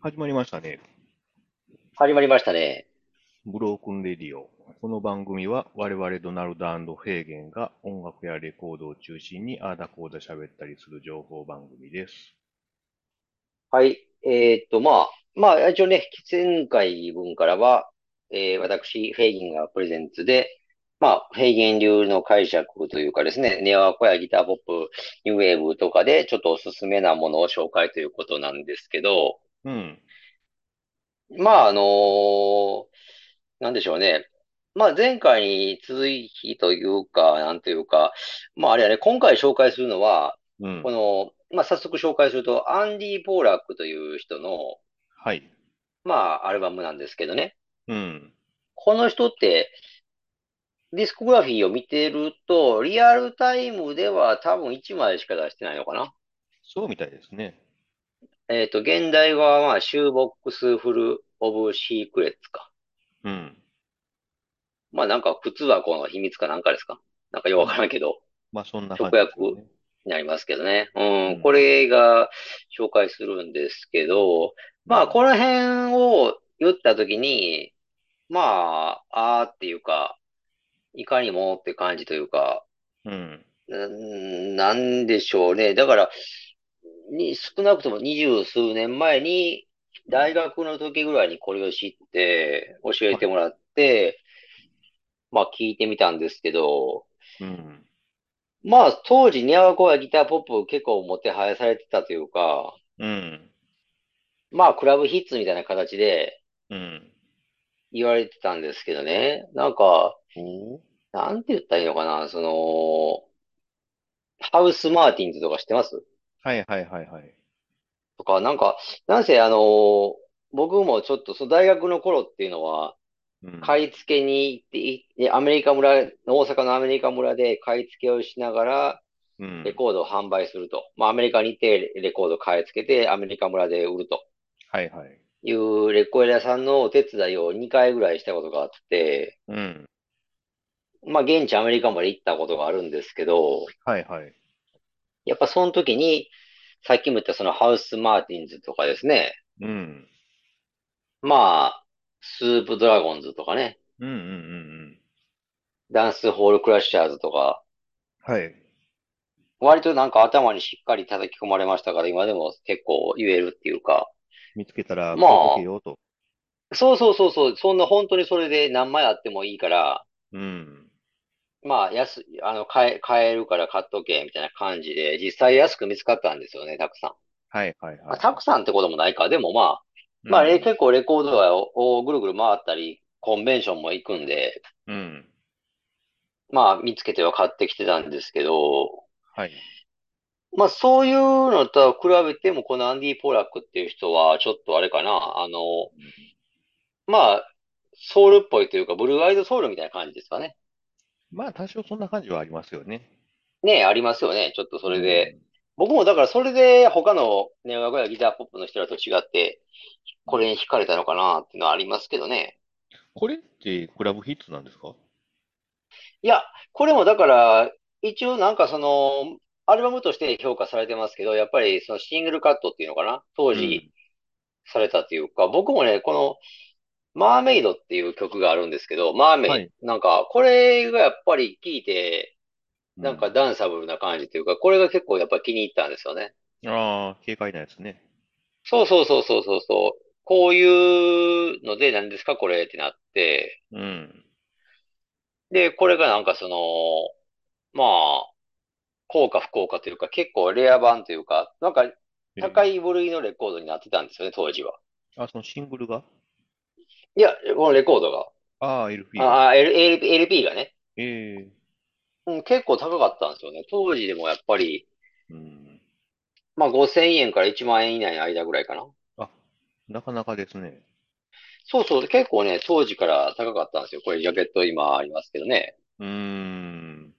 始まりましたね。始まりましたね。ブロークンレディオ。この番組は我々ドナルドヘーゲンが音楽やレコードを中心にあーだこーだ喋ったりする情報番組です。はい。えーっと、まあ、まあ、一応ね、前回分からは、えー私、フェイギンがプレゼンツで、まあ、フェイギン流の解釈というかですね、ネオアコやギターポップ、ニューウェーブとかで、ちょっとおすすめなものを紹介ということなんですけど、うん。まあ、あのーなんでしょうね。まあ、前回に続きというか、なんというか、まあ、あれやね、今回紹介するのは、うんこ。の、まあ、早速紹介すると、アンディ・ポーラックという人の、はい。まあ、アルバムなんですけどね。うん。この人って、ディスコグラフィーを見てると、リアルタイムでは多分1枚しか出してないのかな。そうみたいですね。えっと、現代は、まあ、シューボックスフル・オブ・シークレッツか。うん。まあ、なんか、靴はこの秘密かなんかですか。なんかよくわからんけど、まあそんな感じですよね。になりますけどね。ううんん、これが紹介するんですけど、まあ、この辺を言ったときに、まあ、あーっていうか、いかにもって感じというか、うん。うーんなんでしょうね。だから、に少なくとも二十数年前に、大学の時ぐらいにこれを知って、教えてもらって、まあ聞いてみたんですけど、うん。まあ当時、ニャワコはギターポップ結構もてはやされてたというか、うん。まあクラブヒッツみたいな形でうん。言われてたんですけどね。なんか、おーなんて言ったらいいのかな、その、ハウス・マーティンズとか知ってますはいはいはいはい。とか、なんか、なんせ、あのー僕もちょっと、その大学の頃っていうのは、うん。買い付けに行って、いいアメリカ村、大阪のアメリカ村で買い付けをしながら、うん。レコードを販売すると。まあ、アメリカに行って、レコード買い付けて、アメリカ村で売るとはいはい。いう、レコード屋さんのお手伝いを2回ぐらいしたことがあって、うん。まあ、現地アメリカまで行ったことがあるんですけど、はいはい。やっぱその時に、さっきも言ったそのハウス・マーティンズとかですね、うん。まあ、スープ・ドラゴンズとかね、うんうんうんダンスホールクラッシャーズとか、うん。はい。割となんか頭にしっかり叩き込まれましたから、今でも結構言えるっていうか、見つけたら、まあ買いとけよと。そうそうそうそう、そんな本当にそれで何枚あってもいいから、うん。まあ安、あの、買え、買えるから買っとけ、みたいな感じで、実際安く見つかったんですよね、たくさん。はいはいまはあ、い。たくさんってこともないか、でもまあ、まあ、うんれ結構レコード街ををぐるぐる回ったり、コンベンションも行くんで、うん。まあ見つけては買ってきてたんですけど、はい。まあそういうのと比べても、このアンディ・ポラックっていう人は、ちょっとあれかな、あの、まあ、ソウルっぽいというか、ブルーアイドソウルみたいな感じですかね。まあ、多少そんな感じはありますよね。ねえ、ありますよね。ちょっとそれで。僕もだからそれで他のね、和歌やギターポップの人らと違って、これに惹かれたのかなっていうのはありますけどね。これってクラブヒッツなんですかいや、これもだから、一応なんかその、アルバムとして評価されてますけど、やっぱりそのシングルカットっていうのかな当時、されたというか、僕もね、この、マーメイドっていう曲があるんですけど、マーメイド、はいなんか、これがやっぱり聴いて、うなんかダンサブルな感じというか、これが結構やっぱ気に入ったんですよね。ああ、軽快なやつね。そうそうそうそうそうそう。こういうので、何ですかこれってなって、うん。で、これがなんかその、まあ、効か不効かというか、結構レア版というか、なんか高い部類のレコードになってたんですよね、当時は。あ、そのシングルがいや、このレコードが。ああ、LP。ああ、L- L- LP がね。ええうん、結構高かったんですよね。当時でもやっぱり、うん。まあ5000円から1万円以内の間ぐらいかな。あ、なかなかですね。そうそう、結構ね、当時から高かったんですよ。これジャケット今ありますけどね。うーん。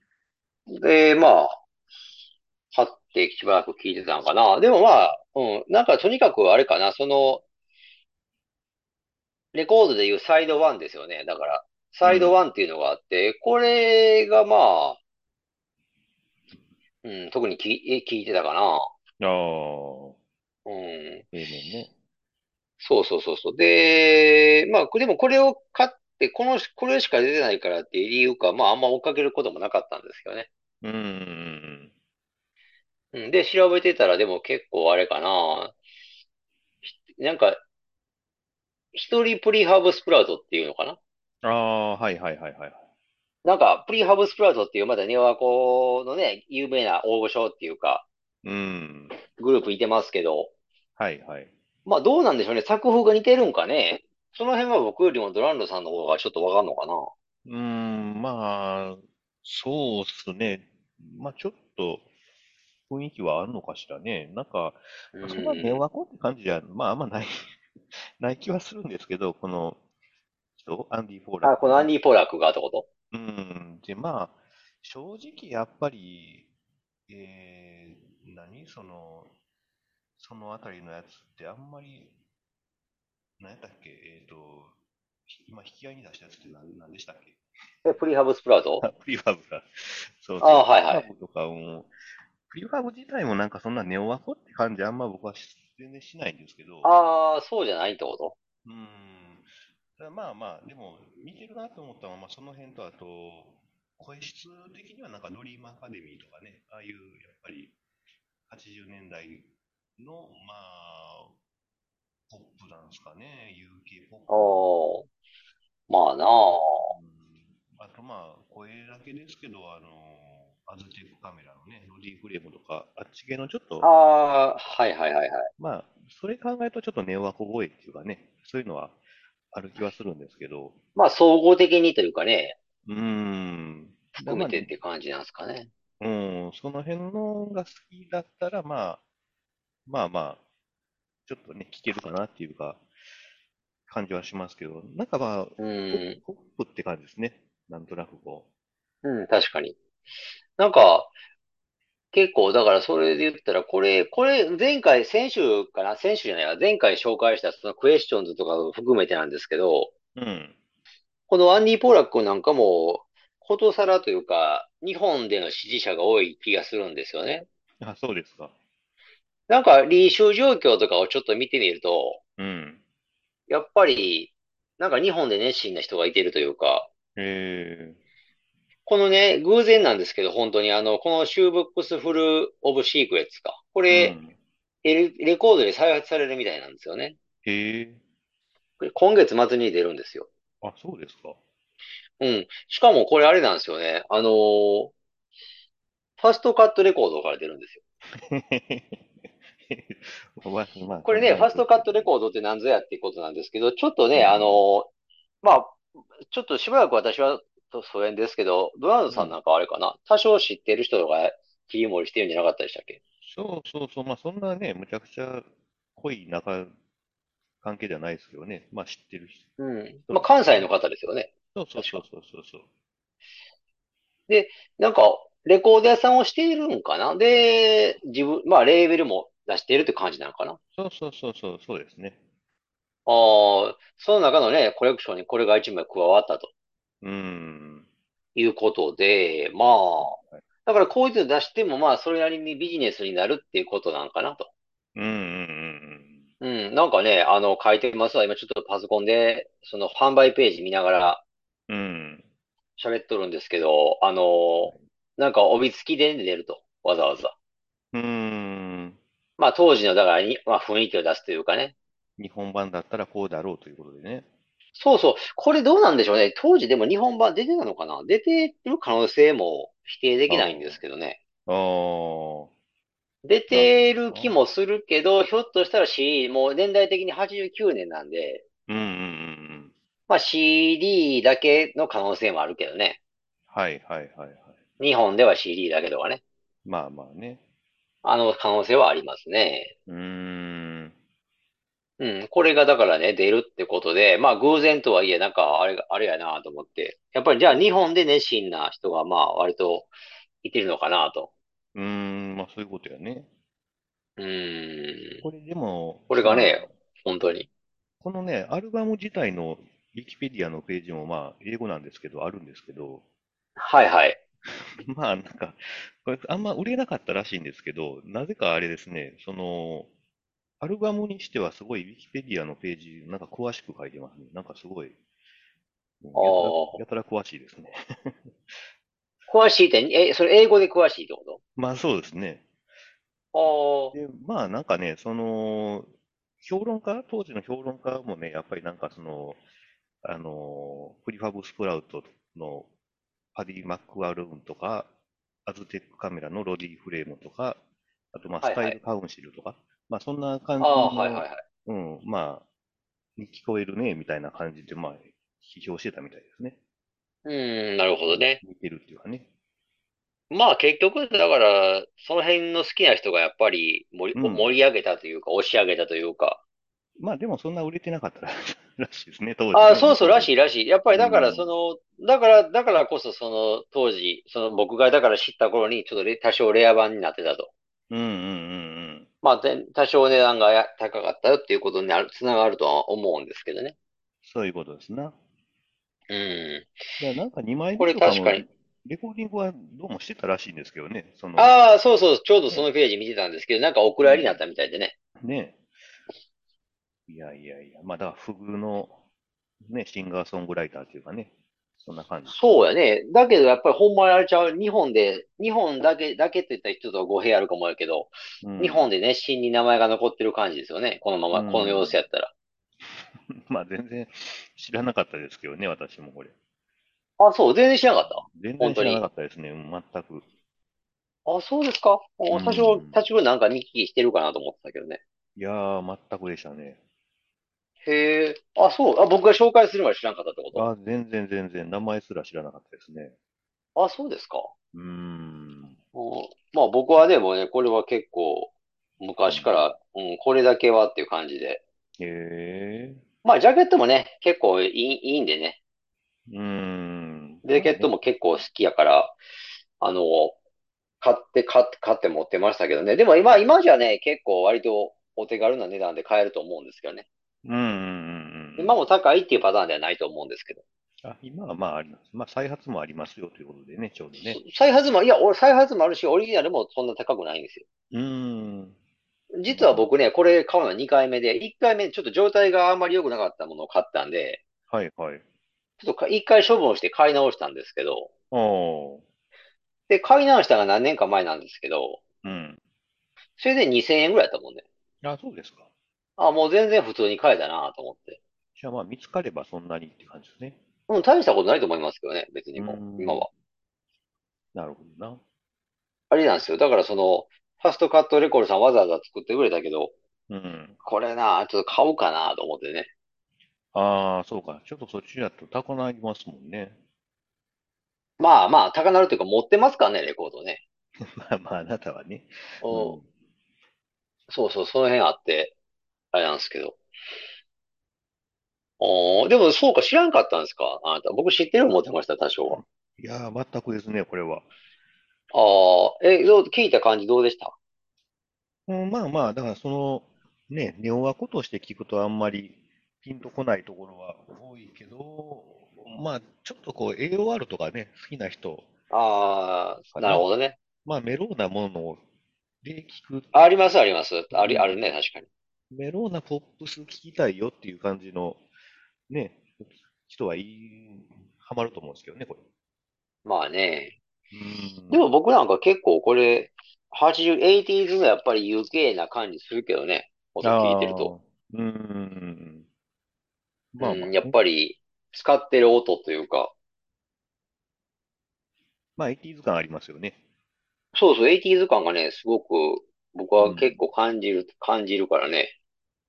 で、まあ、買ってしばらく聞いてたのかな。でもまあ、うん、なんかとにかくあれかな、その、レコードでいうサイドワンですよね。だから、サイドワンっていうのがあって、これがまあ、うん、特にき、聞いてたかな。ああ、うん。ええねんね。そうそうそうそう。で、まあ、これでもこれを買って、この、これしか出てないからっていう理由か、まあ、あんま追っかけることもなかったんですよね。うん。うん、で、調べてたら、でも結構あれかな。なんか、一人プリハーブスプラウトっていうのかな。ああ、はいはいはいはい。なんか、プリハーブスプラウトっていう、まだネワコのね、有名な大御所っていうか、うん。グループいてますけど、はいはい。まあ、どうなんでしょうね。作風が似てるんかね。その辺は僕よりもドランドさんの方がちょっとわかんのかな。うーん、まあ、そうっすね。まあ、ちょっと雰囲気はあるのかしらね。なんか、うそんな電ん。話コンって感じじゃ、まあ、あんまない ない気はするんですけど、この人、アンディ・フォーラッあ、クこのアンが。ディ・ポラックがってことうん。で、まあ、正直やっぱり、えー、何その、そのあたりのやつってあんまり、何やったっけえっと、ひ今引き合いに出したやつって何、何でしたっけえ、プリハブスプラウトあプリファブだ。そうあそう。あ、プはリいフはァい。ブとかも、プリファブ自体もなんかそんなネオワコって感じあんま僕はし全然しないんですけど、ああ、そうじゃないってことうーん。ただまあまあ、でも見てるなと思ったのは、まあ、その辺とあと、声質的にはなんかドリームアカデミーとかね、ああいうやっぱり80年代の、まあ、ポップなんですかね、UK ポップ。おー、まあなあ。うんあとまあ、声だけですけど、あの、アズテックカメラのね、ロディ・グレームとか、あっち系のちょっあと、あ、はいはいはいはい。まあ、それ考えるとちょっとネオワコ声っていうかね、そういうのはある気はするんですけど、まあ、総合的にというかね、うーん、だ含まめあ、てって感じなんですかね。うん、その辺のが好きだったら、まあ、まあまあ、ちょっとね、聞けるかなっていうか、感じはしますけど、なんかまあ、うポッん、ポップって感じですね。なんとなくこうん、確かに。なんか、結構、だからそれで言ったら、これ、これ、前回、先週かな先週じゃないわ。前回紹介した、そのクエスチョンズとかを含めてなんですけど、う。うん。このアンディ・ポーラックなんかも、ことさらというか、日本での支持者が多い気がするんですよね。あ、そうですか。なんか、履修状況とかをちょっと見てみると、うん。やっぱり、なんか日本で熱心な人がいてるというか、えー。このね、偶然なんですけど、本当にあの、このシューブックスフル・オブ・シークレッツか。こうれ、ん。レレコードで再発されるみたいなんですよね。へえ。これ今月末に出るんですよ。あ、そうです か。うん。しかもこれあれなんですよね。あのーファストカットレコードから出るんですよ。まあ、まあ、こそれんね、なフんァスでトすカッけトど。レコードって何ぞやっていうことなんですけど、ちょっとうね、あのん。ーまあ、ちょっとしばらく私はと疎遠ですけど、ドナルドうさんん。なんかはあれかな。多少知ってる人が切り盛りしてるんじゃなかったでしたっけそうそうそう。まあ、そんなね、むちゃくちゃ濃い仲、関係ではないですけどね。まあ、知ってる人うん。人まであ、すよ関西のね。方ですよね。そうそう確そうか。そうそうそう。で、なんか、レコード屋さんをしているんかなで、自分、まあ、レーベルも出しているって感じなのかなそうそうそうそう、そうですね。ああ、その中のね、コレクションにこれが一枚加わったとうーん。いうことで、まあ、はいだからこういうの出してもまあ、それなりにビジネスになるっていうことなんかなと。うんうんうん、なんかね、あの、書いてますわ。今ちょっとパソコンで、その販売ページ見ながらうんうん。うん。喋っとるんですけど、あの、なんか帯付きで出ると。わざわざ。うーん。まあ、当時の、だからに、まあ、雰囲気を出すというかね。日本版だったらこうだろうということでね。そうそう。これどうなんでしょうね。当時でも日本版出てたのかな出てる可能性も否定であきないんですけどね。あ。ああ。出なるてるほど気な。もするけど、ひょっとしたら CD、もう年代的に89年なんで、うんうんうんうん。まあ CD だけの可能性もあるけどね。はいはいはいはい。日本では CD だけとかね。まあまあね。あの可能性はありますね。うーん。うん。これがだからね、出るってことで、まあ偶然とはいえ、なんかあれが、あれやなと思って。やっぱりじゃあ日本で熱心な人がまあ割といてるのかなと。うーん、まあそういうことやね。うーん。これでも、これがまあ、ね、本当に。このね、アルバム自体のウィキペディアのページもまあ英語なんですけど、あるんですけど、 はいはい。まあなんか、これあんま売れなかったらしいんですけど、なぜかあれですね、その、アルバムにしてはすごい、ウィキペディアのページ、なんか詳しく書いてますね。なんかすごい、うんあやたらやたら詳しいですね。詳しいって、え、それ英語で詳しいってこまあそうですね。とあで、まあなんかね、その、評論家、当時の評論家もね、やっぱりなんかその、あの、プリファブスプラウトのパディ・マックワルーンとか、アズテックカメラのロディ・フレームとか、あとまあはいスタはいイル・カウンシルとか、まあそんなあ、感じああ、の、はいはいはい。うん、まあ、に聞こえるね、みたいな感じで、まあ、批評してたみたいですね。うーん、なるほどね。見てるっていうかね。まあ結局、だから、その辺の好きな人がやっぱり盛り、うん盛り上げたというか、押し上げたというか。まあでもそんな売れてなかったららしいですね、当時ああ、ねそうそう、らしいらしい。やっぱりだから、うんその、だから、だからこそ、その当時、その僕がだから知った頃に、ちょっとレ多少レア版になってたと。うんうんうんうん。まあ、で多少値段がや高かったよっていうことになる、つながるとは思うんですけどね。そういうことですな。うん。いや、なんか2枚目これとか確かもにレコーディングはどうもしてたらしいんですけどね、その、ああ、そうそう、ちょうどそのページ見てたんですけど、なんかお蔵入りになったみたいでね。ね。いやいやいや、まあだから不遇の、ね、シンガーソングライターっていうかね、そんな感じ。そうやね。だけどやっぱりほんまにあれちゃう。日本で、日本だけ、だけって言ったら人とは語弊あるかもやけど、うん日本で熱心に名前が残ってる感じですよね。このまうんま、この様子やったら。 まあ全然知らなかったですけどね、私もこれ。あ、そう、全然知らなかっ全然本知当にらなかったですね、全く。た。あ、そうですか。おうん多少、多少なんか見聞きしてるかなと思ってたけどね。いやー、全くでしたね。へえ。あ、そう。あ、僕が紹介するまで知らなかったってこあ、全然全然、名前すら知らなかったですね。と。あ、そうですか。うーん。うんまあ僕はでもね、これは結構昔から、うん、これだけはっていう感じで。へえ。まあジャケットもね、結構いい、いいんでね。うーん。ジャケットも結構好きやから、あの、買って、買って、買って持ってましたけどね。でも今、今じゃね、結構割とお手軽な値段で買えると思うんですけどね。うんうんうんうん。今も高いっていうパターンではないと思うんですけど。あ、今はまああります。まあ再発もありますよということでね、ちょうどね。再発も、いや、俺再発もあるし、オリジナルもそんな高くないんですよ。うーん。実は僕ね、これ買うのは2回目で、1回目ちょっと状態があんまり良くなかったものを買ったんで、はいはい。ちょっとか一回処分して買い直したんですけど、ああ。で、買い直したのが何年か前なんですけど、うん。それで2000円ぐらいだったもんね。あ、そうですか。あ、もう全然普通に買えたなと思って。じゃあまあ見つかればそんなにって感じですね。うん、大したことないと思いますけどね、別にもううん今は。なるほどな。あれなんですよ。だからその、ファストカットレコードさんわざわざ作ってくれたけど、うん。これなちょっと買おうかなと思ってね。ああ、そうか。ちょっとそっちだと高鳴りますもんね。 まあまあ、高なるというか持ってますからね、レコードね。まあまあ、あなたはね。うんうんそうそう、その辺あって、あれなんですけど。おー、でもそうか、知らんかったんですかあなた。僕知ってる思ってました、多少は。いやー、全くですね、これは。ああ、え、どう、聞いた感じどうでしたうん、まあまあ、だからその、ね、ネオワコとして聞くとあんまりピンとこないところは多いけど、まあ、ちょっとこう、AOR とかね、好きな人、ああ、なるほどね。まあ、メローなもので聞く、あります、あります。あり、あるね、確かに。メローなポップス聞きたいよっていう感じの、ね、人はいい、ハマると思うんですけどね、これ。まあね。うん。でも僕なんか結構これ、80、80s のやっぱり UK な感じするけどね。音聞いてると。あーうんうんうんうん。まあまあうん、ねやっぱり使ってる音というか。まあ、80s 感ありますよね。そうそう、80s 感がね、すごく僕は結構感じる、感じるからね。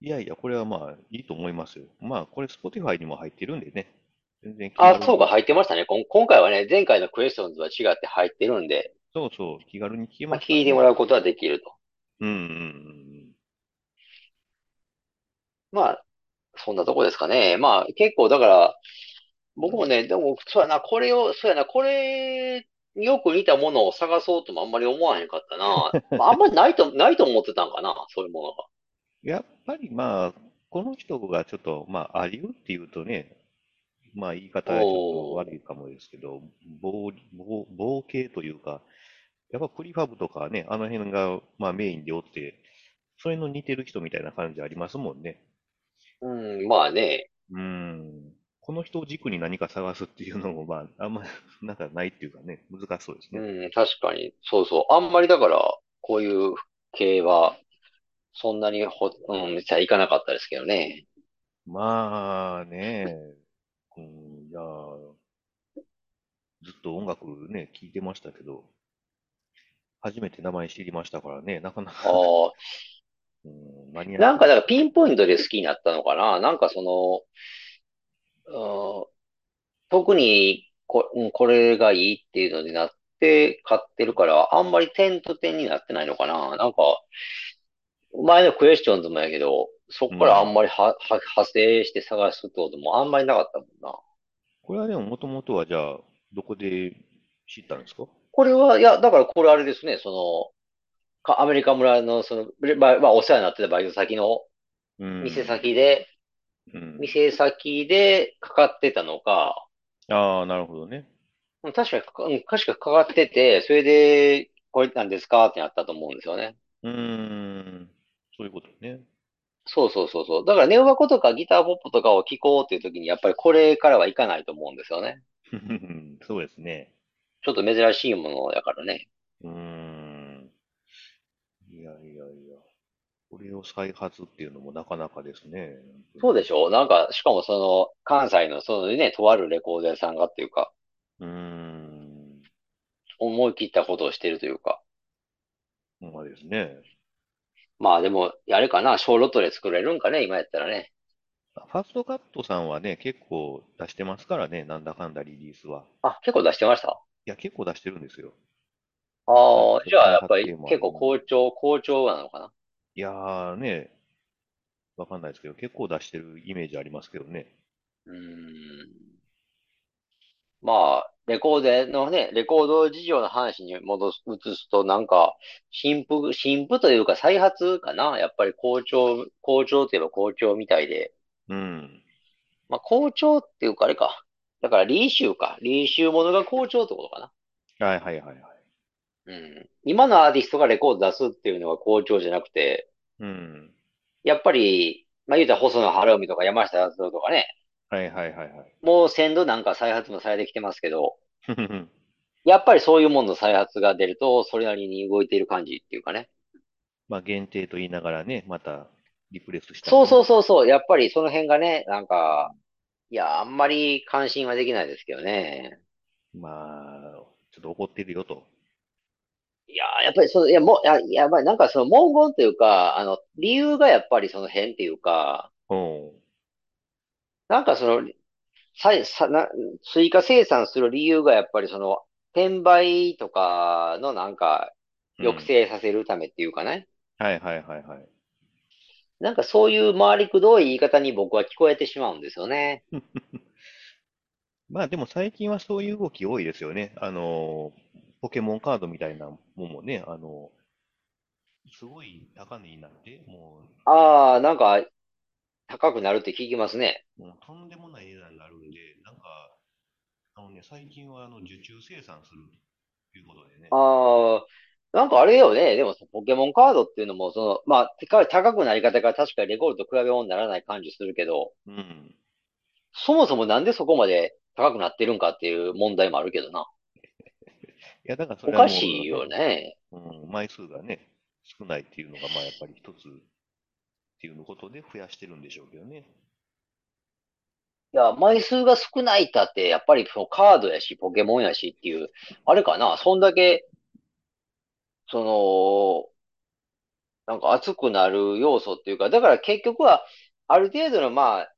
いやいや、これはまあいいと思いますよ。まあこれ Spotify にも入ってるんでね。全然気あ、軽そうか、に。入ってましたね。こん、今回はね、前回のクエスチョンズは違って入ってるんで、そうそう、気軽に聞けまあ、ますから聞いてもね。らうことはできると。うんうんうんまあ、そんなとこですかね。まあ、結構だから、僕もね、でも、そうやな、これを、そうやな、これによく似たものを探そうともあんまり思わへんかったな。まあ、あんまりないと、ないと思ってたんかな、そういうものが。うん。やっぱりまあ、この人がちょっと、まあ、アリウっていうとね、まあ言い方はちょっと悪いかもですけど、棒、棒、棒系というか、やっぱプリファブとかね、あの辺がまあメインでおって、それの似てる人みたいな感じありますもんね。うん、まあね。うん。この人を軸に何か探すっていうのも、まあ、あんま、なんかないっていうかね、難しそうですね。うん、確かに。そうそう。あんまりだから、こういう系は、そんなにほ、うん、じゃあいかなかったですけどね。まあね、うん、いやー、ずっと音楽ね、聴いてましたけど、初めて名前知りましたからね、なかなあか、あ、うん、マニアックなんかだからピンポイントで好きになったのかな。なんかその、うん、特にこ、うんこれがいいっていうのになって買ってるから、あんまり点と点になってないのかな。なんか、前のクエスチョンズもやけど、そこからあんまりは、は、派生して探すってこともあんまりなかったもんな。これはでももともとはじゃあ、どこで知ったんですかこれは、いや、だからこれあれですね、その、かアメリカ村の、その、レまあ、まあお世話になってたバイト先のうん。店先で、うん。店先でかかってたのか、ああ、なるほどね。うん確かにかか、うん確かかかってて、それで、これなんですかってなったと思うんですよね。うーん。そういうことね。 そうそうそうそう。だから、ネオバコとかギターポップとかを聴こうっていう時に、やっぱりこれからはいかないと思うんですよね。そうですね。ちょっと珍しいものだからね。うーん。いやいやいや。これを再発っていうのもなかなかですね。そうでしょなんか、しかもその、関西のそのね、とあるレコード屋さんがっていうか、うーん。思い切ったことをしてるというか。ほんまですね。まあでも、あれかな、小ロットで作れるんかね、今やったらね。ファーストカットさんはね、結構出してますからね、なんだかんだリリースは。あ、結構出してました。いや、結構出してるんですよ。ああ、じゃあやっぱりそうそう結構好調、好調なのかな。いやーね、わかんないですけど、結構出してるイメージありますけどね。うーん。まあ、レコードのね、レコード事情の話に戻す、移すとなんか、新婦、新婦というか再発かな。やっぱり好調、好調といえば好調みたいで。うん。まあ好調っていうかあれか。だから、リーシューか。リーシューものが好調ってことかな。はいはいはいはい。うん、今のアーティストがレコード出すっていうのが好調じゃなくて、うん。やっぱり、まあ言うたら細野晴臣とか山下達郎とかね、はいはいはいはい。もう先度なんか再発もされてきてますけど、ふふふやっぱりそういうものの再発が出ると、それなりに動いている感じっていうかね。 まあ限定と言いながらね、またリプレイスしたりそうねそうそうそう、やっぱりその辺がね、なんか、いや、あんまり関心はできないですけどね。まあ、ちょっと怒ってるよと。いやー、やっぱりその、いや、もう、いや、やばい、なんかその文言というか、あの、理由がやっぱりその辺っていうか、おなんかその、さいさな追加生産する理由がやっぱりその、転売とかのなんか、うん。抑制させるためっていうかね。はいはいはいはい。なんかそういう回りくどい言い方に僕は聞こえてしまうんですよね。まあでも最近はそういう動き多いですよね。あの、ポケモンカードみたいなもんもね、あの、すごい高値になって、もああ、なんか、高くなるって聞きますね。う、もうとんでもない値段になるんで、なんか、あのね、最近はあの受注生産するということでね。ああ、なんかあれよね。でもそのポケモンカードっていうのも、その、まあ、てか高くなり方が確かにレコードと比べ物にならない感じするけど、うん。そもそもなんでそこまで高くなってるんかっていう問題もあるけどな。いや、だからそおれはかしいよね。もう、うん、枚数がね、少ないっていうのが、まあやっぱり一つっていうことで増やしてるんでしょうけどね。いや、枚数が少ないったって、やっぱりそのカードやし、ポケモンやしっていう、あれかな、そんだけ、その、なんか熱くなる要素っていうか、だから結局は、ある程度のまあ、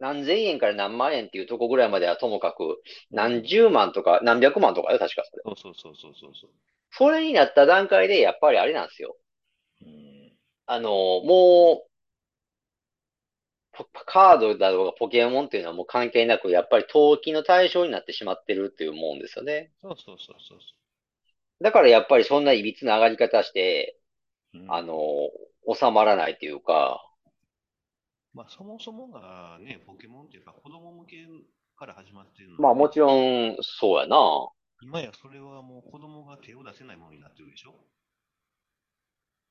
何千円から何万円っていうとこぐらいまではともかく、何十万とか、何百万とかよ、確かそれ。そうそうそうそうそうそう。それになった段階で、やっぱりあれなんですよ。うん、あの、もう、ポカードだろうがポケモンっていうのはもう関係なく、やっぱり投機の対象になってしまってるっていうもんですよね。そうそうそうそうそだからやっぱりそんな歪な上がり方して、う。うんあの、収まらないというか、まあ、そもそもがね、ポケモンっていうか子供向けから始まってるので、まあもちろんそうやな。今やそれはもう子供が手を出せないものになってるでしょ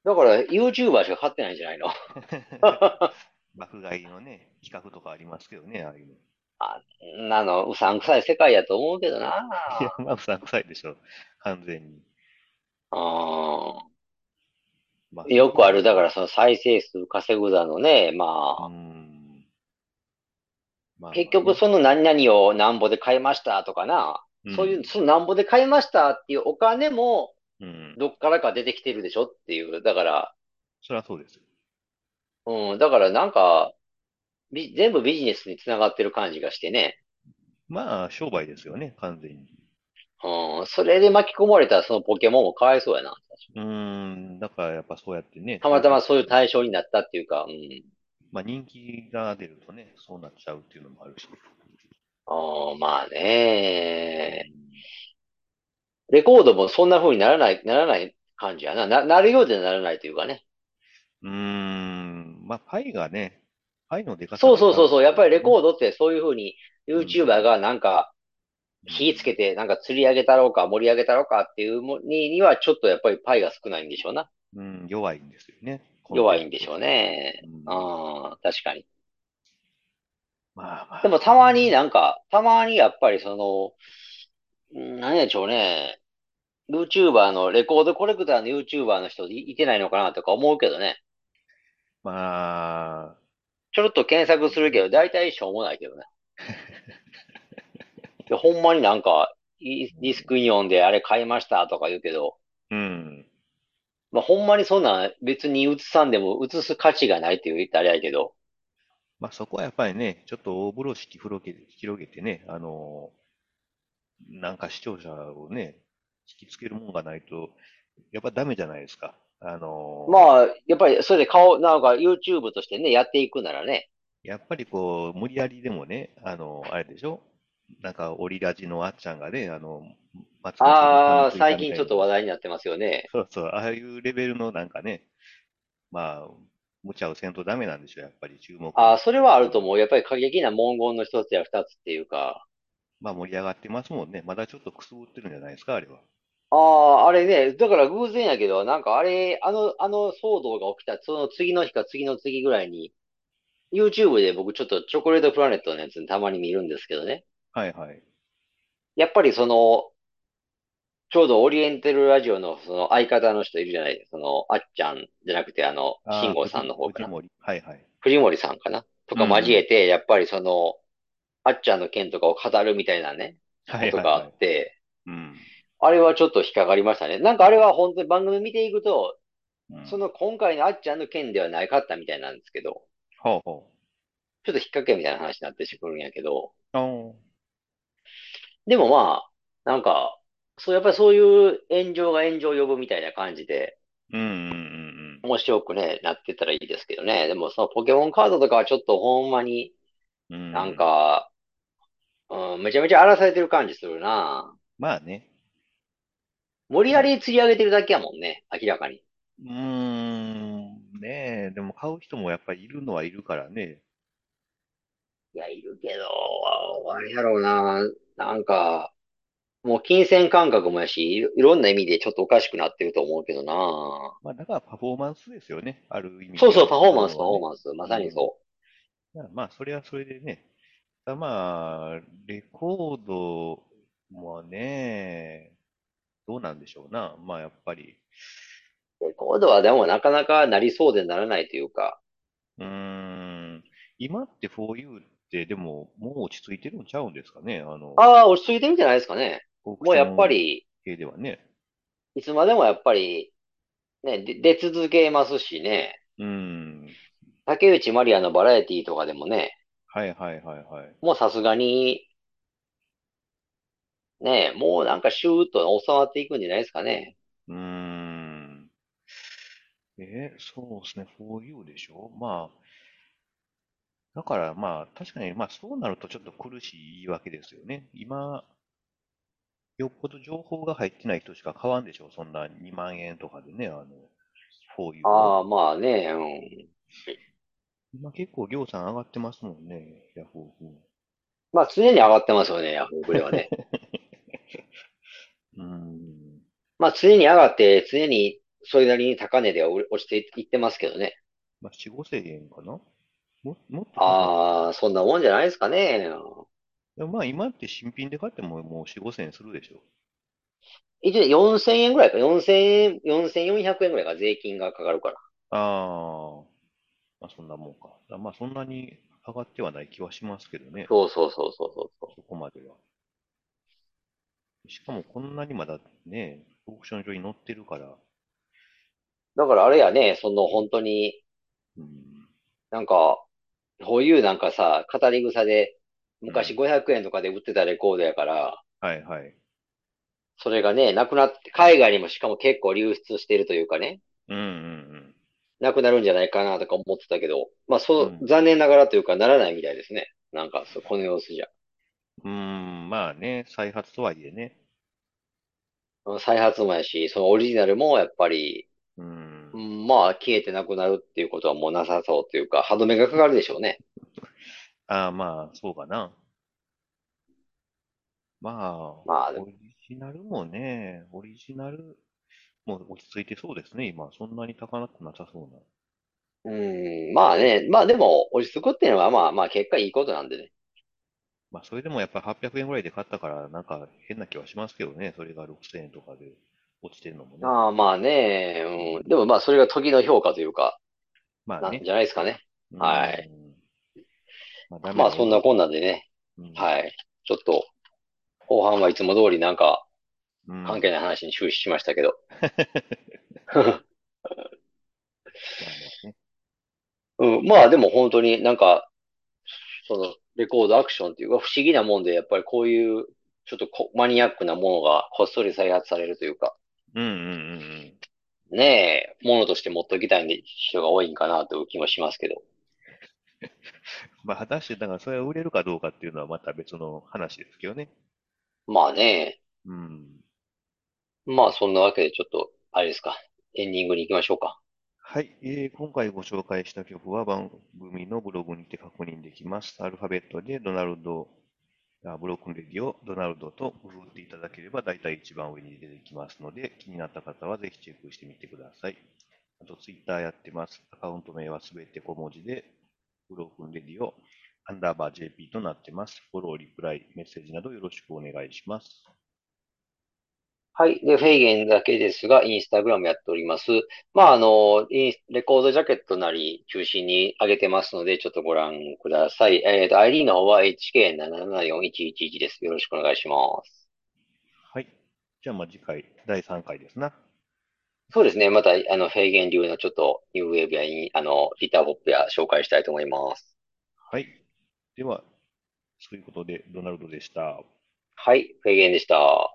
だから YouTuber しか買ってないんじゃないの 爆買いのね、企画とかありますけどね、ああいうの。あの、うさんくさい世界やと思うけ どな。いや、まあ、うさんくさいでしょ、完全に。うんまよくある、だからその再生数稼ぐだのね、まうーん。まあまああ、ね結局その何々をなんぼで買いましたとかな、そういう、そのなんぼで買いましたっていうお金もうん、うん。どっからか出てきてるでしょっていう、だから、そりゃそうです。うん、だからなんか、び全部ビジネスにつながってる感じがしてね、まあ、商売ですよね、完全に。うん、それで巻き込まれたらそのポケモンもかわいそうやな。うーん、だからやっぱそうやってね、たまたまそういう対象になったっていうか、うん、まあ、人気が出るとね、そうなっちゃうっていうのもあるし。あーまあね、レコードもそんな風にならない、ならない感じやな、な、なるようでならないというかね。うーん、まあ、パイがね、パイの出方そうそうそうそう。やっぱりレコーードってそういうふうに YouTuber がなんか火つけてなんか釣り上げたろうか盛り上げたろうかっていうもににはちょっとやっぱりパイが少ないんでしょうな。うん、弱いんですよね。弱いんでしょうね。うん。ああ、確かに。まあまあでもたまになんか、たまにやっぱりその、うんなんやでしょうね。YouTuber の、レコードコレクターの YouTuber の人いいてないのかなとか思うけどね。まあ、ちょろっと検索するけど、大体しょうもないけど ね。いやほんまになんか、いディスクイオンであれ買いましたとか言うけど、うん、まあ、ほんまにそんなん別に映さんでも映す価値がないって言ったらあれやけど、まあそこはやっぱりね、ちょっと大風呂敷広げ、広げてね、あのーなんか視聴者をね、引きつけるもんがないと、やっぱダメじゃないですか。あのーまあ、やっぱりそれで顔、なんか YouTube としてね、やっていくならね、やっぱりこう、無理やりでもね、あのーあれでしょなんか、オリラジのあっちゃんがね、あの、松本ああ、さん最に噛みついたみたい近ちょっとな話題になってますよね。そうそう、ああいうレベルのなんかね、まあ、無茶をせんとダメなんでしょ、やっぱり注目。ああ、それはあると思う。やっぱり過激な文言の一つや二つっていうか、まあ盛り上がってますもんね。まだちょっとくすぶってるんじゃないですか、あれは。ああ、あれね、だから偶然やけど、なんかあれ、あの、あの騒動が起きた、その次の日か次の次ぐらいに、YouTube で僕ちょっとチョコレートプラネットのやつたまに見るんですけどね。はいはい。やっぱりその、ちょうどオリエンテルラジオのその相方の人いるじゃないですか。その、あっちゃんじゃなくて、あの、あー慎吾さんの方か藤な。森。はいはい。藤森さんかなとか交えて、やっぱりその、あっちゃんの件とかを語るみたいなね、はいこはといがはあいって、うん。あれはちょっと引っかかりましたね。なんかあれは本当に番組見ていくと、うんその今回のあっちゃんの件ではなかったみたいなんですけど、ほうほちょっと引っ掛けみたいな話になってくるんやけど、う。おでもまあ、なんか、そう、やっぱりそういう炎上が炎上を呼ぶみたいな感じで、うんうんうん面白くね、なってたらいいですけどね。でもそのポケモンカードとかはちょっとほんまにうんうん。なん。か、うん、めちゃめちゃ荒らされてる感じするな。まあね。無理やり釣り上げてるだけやもんね、明らかに。うーん。ねえ、でも買う人もやっぱりいるのはいるからね。いや、いるけど、あれやろうな。なんか、もう金銭感覚もやし、いろいろんな意味でちょっとおかしくなってると思うけどな。まあだからパフォーマンスですよね。ある意味で。そうそう、パフォーマンス、パフォーンマンス。まさにそいやまあ、それはそれでね。ただまあ、レコードもね、どうなんでしょうな。まあ、やっぱり。う。レコードはでもなかなかなりそうでならないというか、うーん。今って 4U って、でも、もう落ち着いてるんちゃうんですかね。あの、ああ、落ち着いてるんじゃないですかね。オークもうシやョっンぱり、系ではね。いつまでもやっぱり、ね、で出続けますしね。うーん。竹内まりやのバラエティとかでもね、はいはいはいはい。もうさすがに、ねえ、もうなんかシューッと収まっていくんじゃないですかね。うーん。えー、そうですね。4U でしょまあ。だからまあ、確かにまあそうなるとちょっと苦しい言い訳ですよね。今、よっぽど情報が入ってない人しか買わんでしょそんな2万円とかでね、あの、4U あを。あ、まあね、うん。今結構量産上がってますもんね、ヤフオク。まあ常に上がってますよね、ヤフオクでは ね。うーん。まあ常に上がって、常にそれなりに高値では落ちていってますけどね。まあ、4、5000円かなも、もっと高いああ、そんなもんじゃないですかね。でもまあ、今って新品で買ってももう4、5000円するでしょ。一応4000円ぐらいか。4000円、4400円ぐらいか。税金がかかるから。ああ、まあ、そんなもんか。だからまあ、そんなに上がってはない気はしますけどね。そうそうそうそうそうそう。そこまでは。しかもこんなにまだね、オークション上に載ってるから、だからあれやね、その本当に、うん、なんか、こういうなんかさ、語り草で、昔500円とかで売ってたレコードやから、はいはい。それがね、なくなって、海外にもしかも結構流出してるというかね、うんうんなくなるんじゃないかなとか思ってたけど、まあそうう、ん残念ながらというかならないみたいですね。なんか、そうこの様子じゃ。うん。うん、まあね、再発とはいえね。再発もやし、そのオリジナルもやっぱり、うんう。んまあ消えてなくなるっていうことはもうなさそうというか、歯止めがかかるでしょうね。ああ、まあ、そうかな。まあ、まあ、オリジナルもね、オリジナルも落ち着いてそうですね、今。そんなに高くなさそうな。うん、まあね、まあでも、落ち着くっていうのはまあまあ結果いいことなんでね。まあ、それでもやっぱり800円ぐらいで買ったから、なんか変な気はしますけどね、それが6000円とかで落ちてるのもね。ああ、まあね、うん。でもまあ、それが時の評価というか、まあなんね。じゃないですかね。うんはい。まあ、ダメまあ、ねそんなこんなんでね。うんはい。ちょっと、後半はいつも通りなんか、うん関係ない話に終始しました けど。まあねうん、まあ、でも本当になんか、その、レコードアクションっていうか、不思議なもんで、やっぱりこういう、ちょっとこマニアックなものがこっそり再発されるというか、うんうんうんうん。ねえ、ものとして持っておきたい人が多いんかなという気もしますけど。まあ、果たして、だからそれが売れるかどうかっていうのはまた別の話ですけどね。まあね、うん。まあ、そんなわけでちょっと、あれですか、エンディングに行きましょうか。はい、えー今回ご紹介した曲は番組のブログにて確認できます。アルファベットでドナルド、あブロックンレディオ、ドナルドと振っていただければ大体一番上に出てきますので、気になった方はぜひチェックしてみてください。あと、ツイッターやってます。アカウント名はすべて小文字で、ブロックンレディオ、アンダーバー JP となってます。フォロー、リプライ、メッセージなどよろしくお願いします。はい。で、フェイゲンだけですが、インスタグラムやっております。まあ、あの、インレコードジャケットなり中心に上げてますので、ちょっとご覧ください。えっと、ID の方は HK774111 です。よろしくお願いします。はい。じゃあ、まあ次回、第3回ですな。そうですね。また、あの、フェイゲン流のちょっと、ニューウェーブやイン、あの、ギターホップや紹介したいと思います。はい。では、そういうことで、ドナルドでした。はい。フェイゲンでした。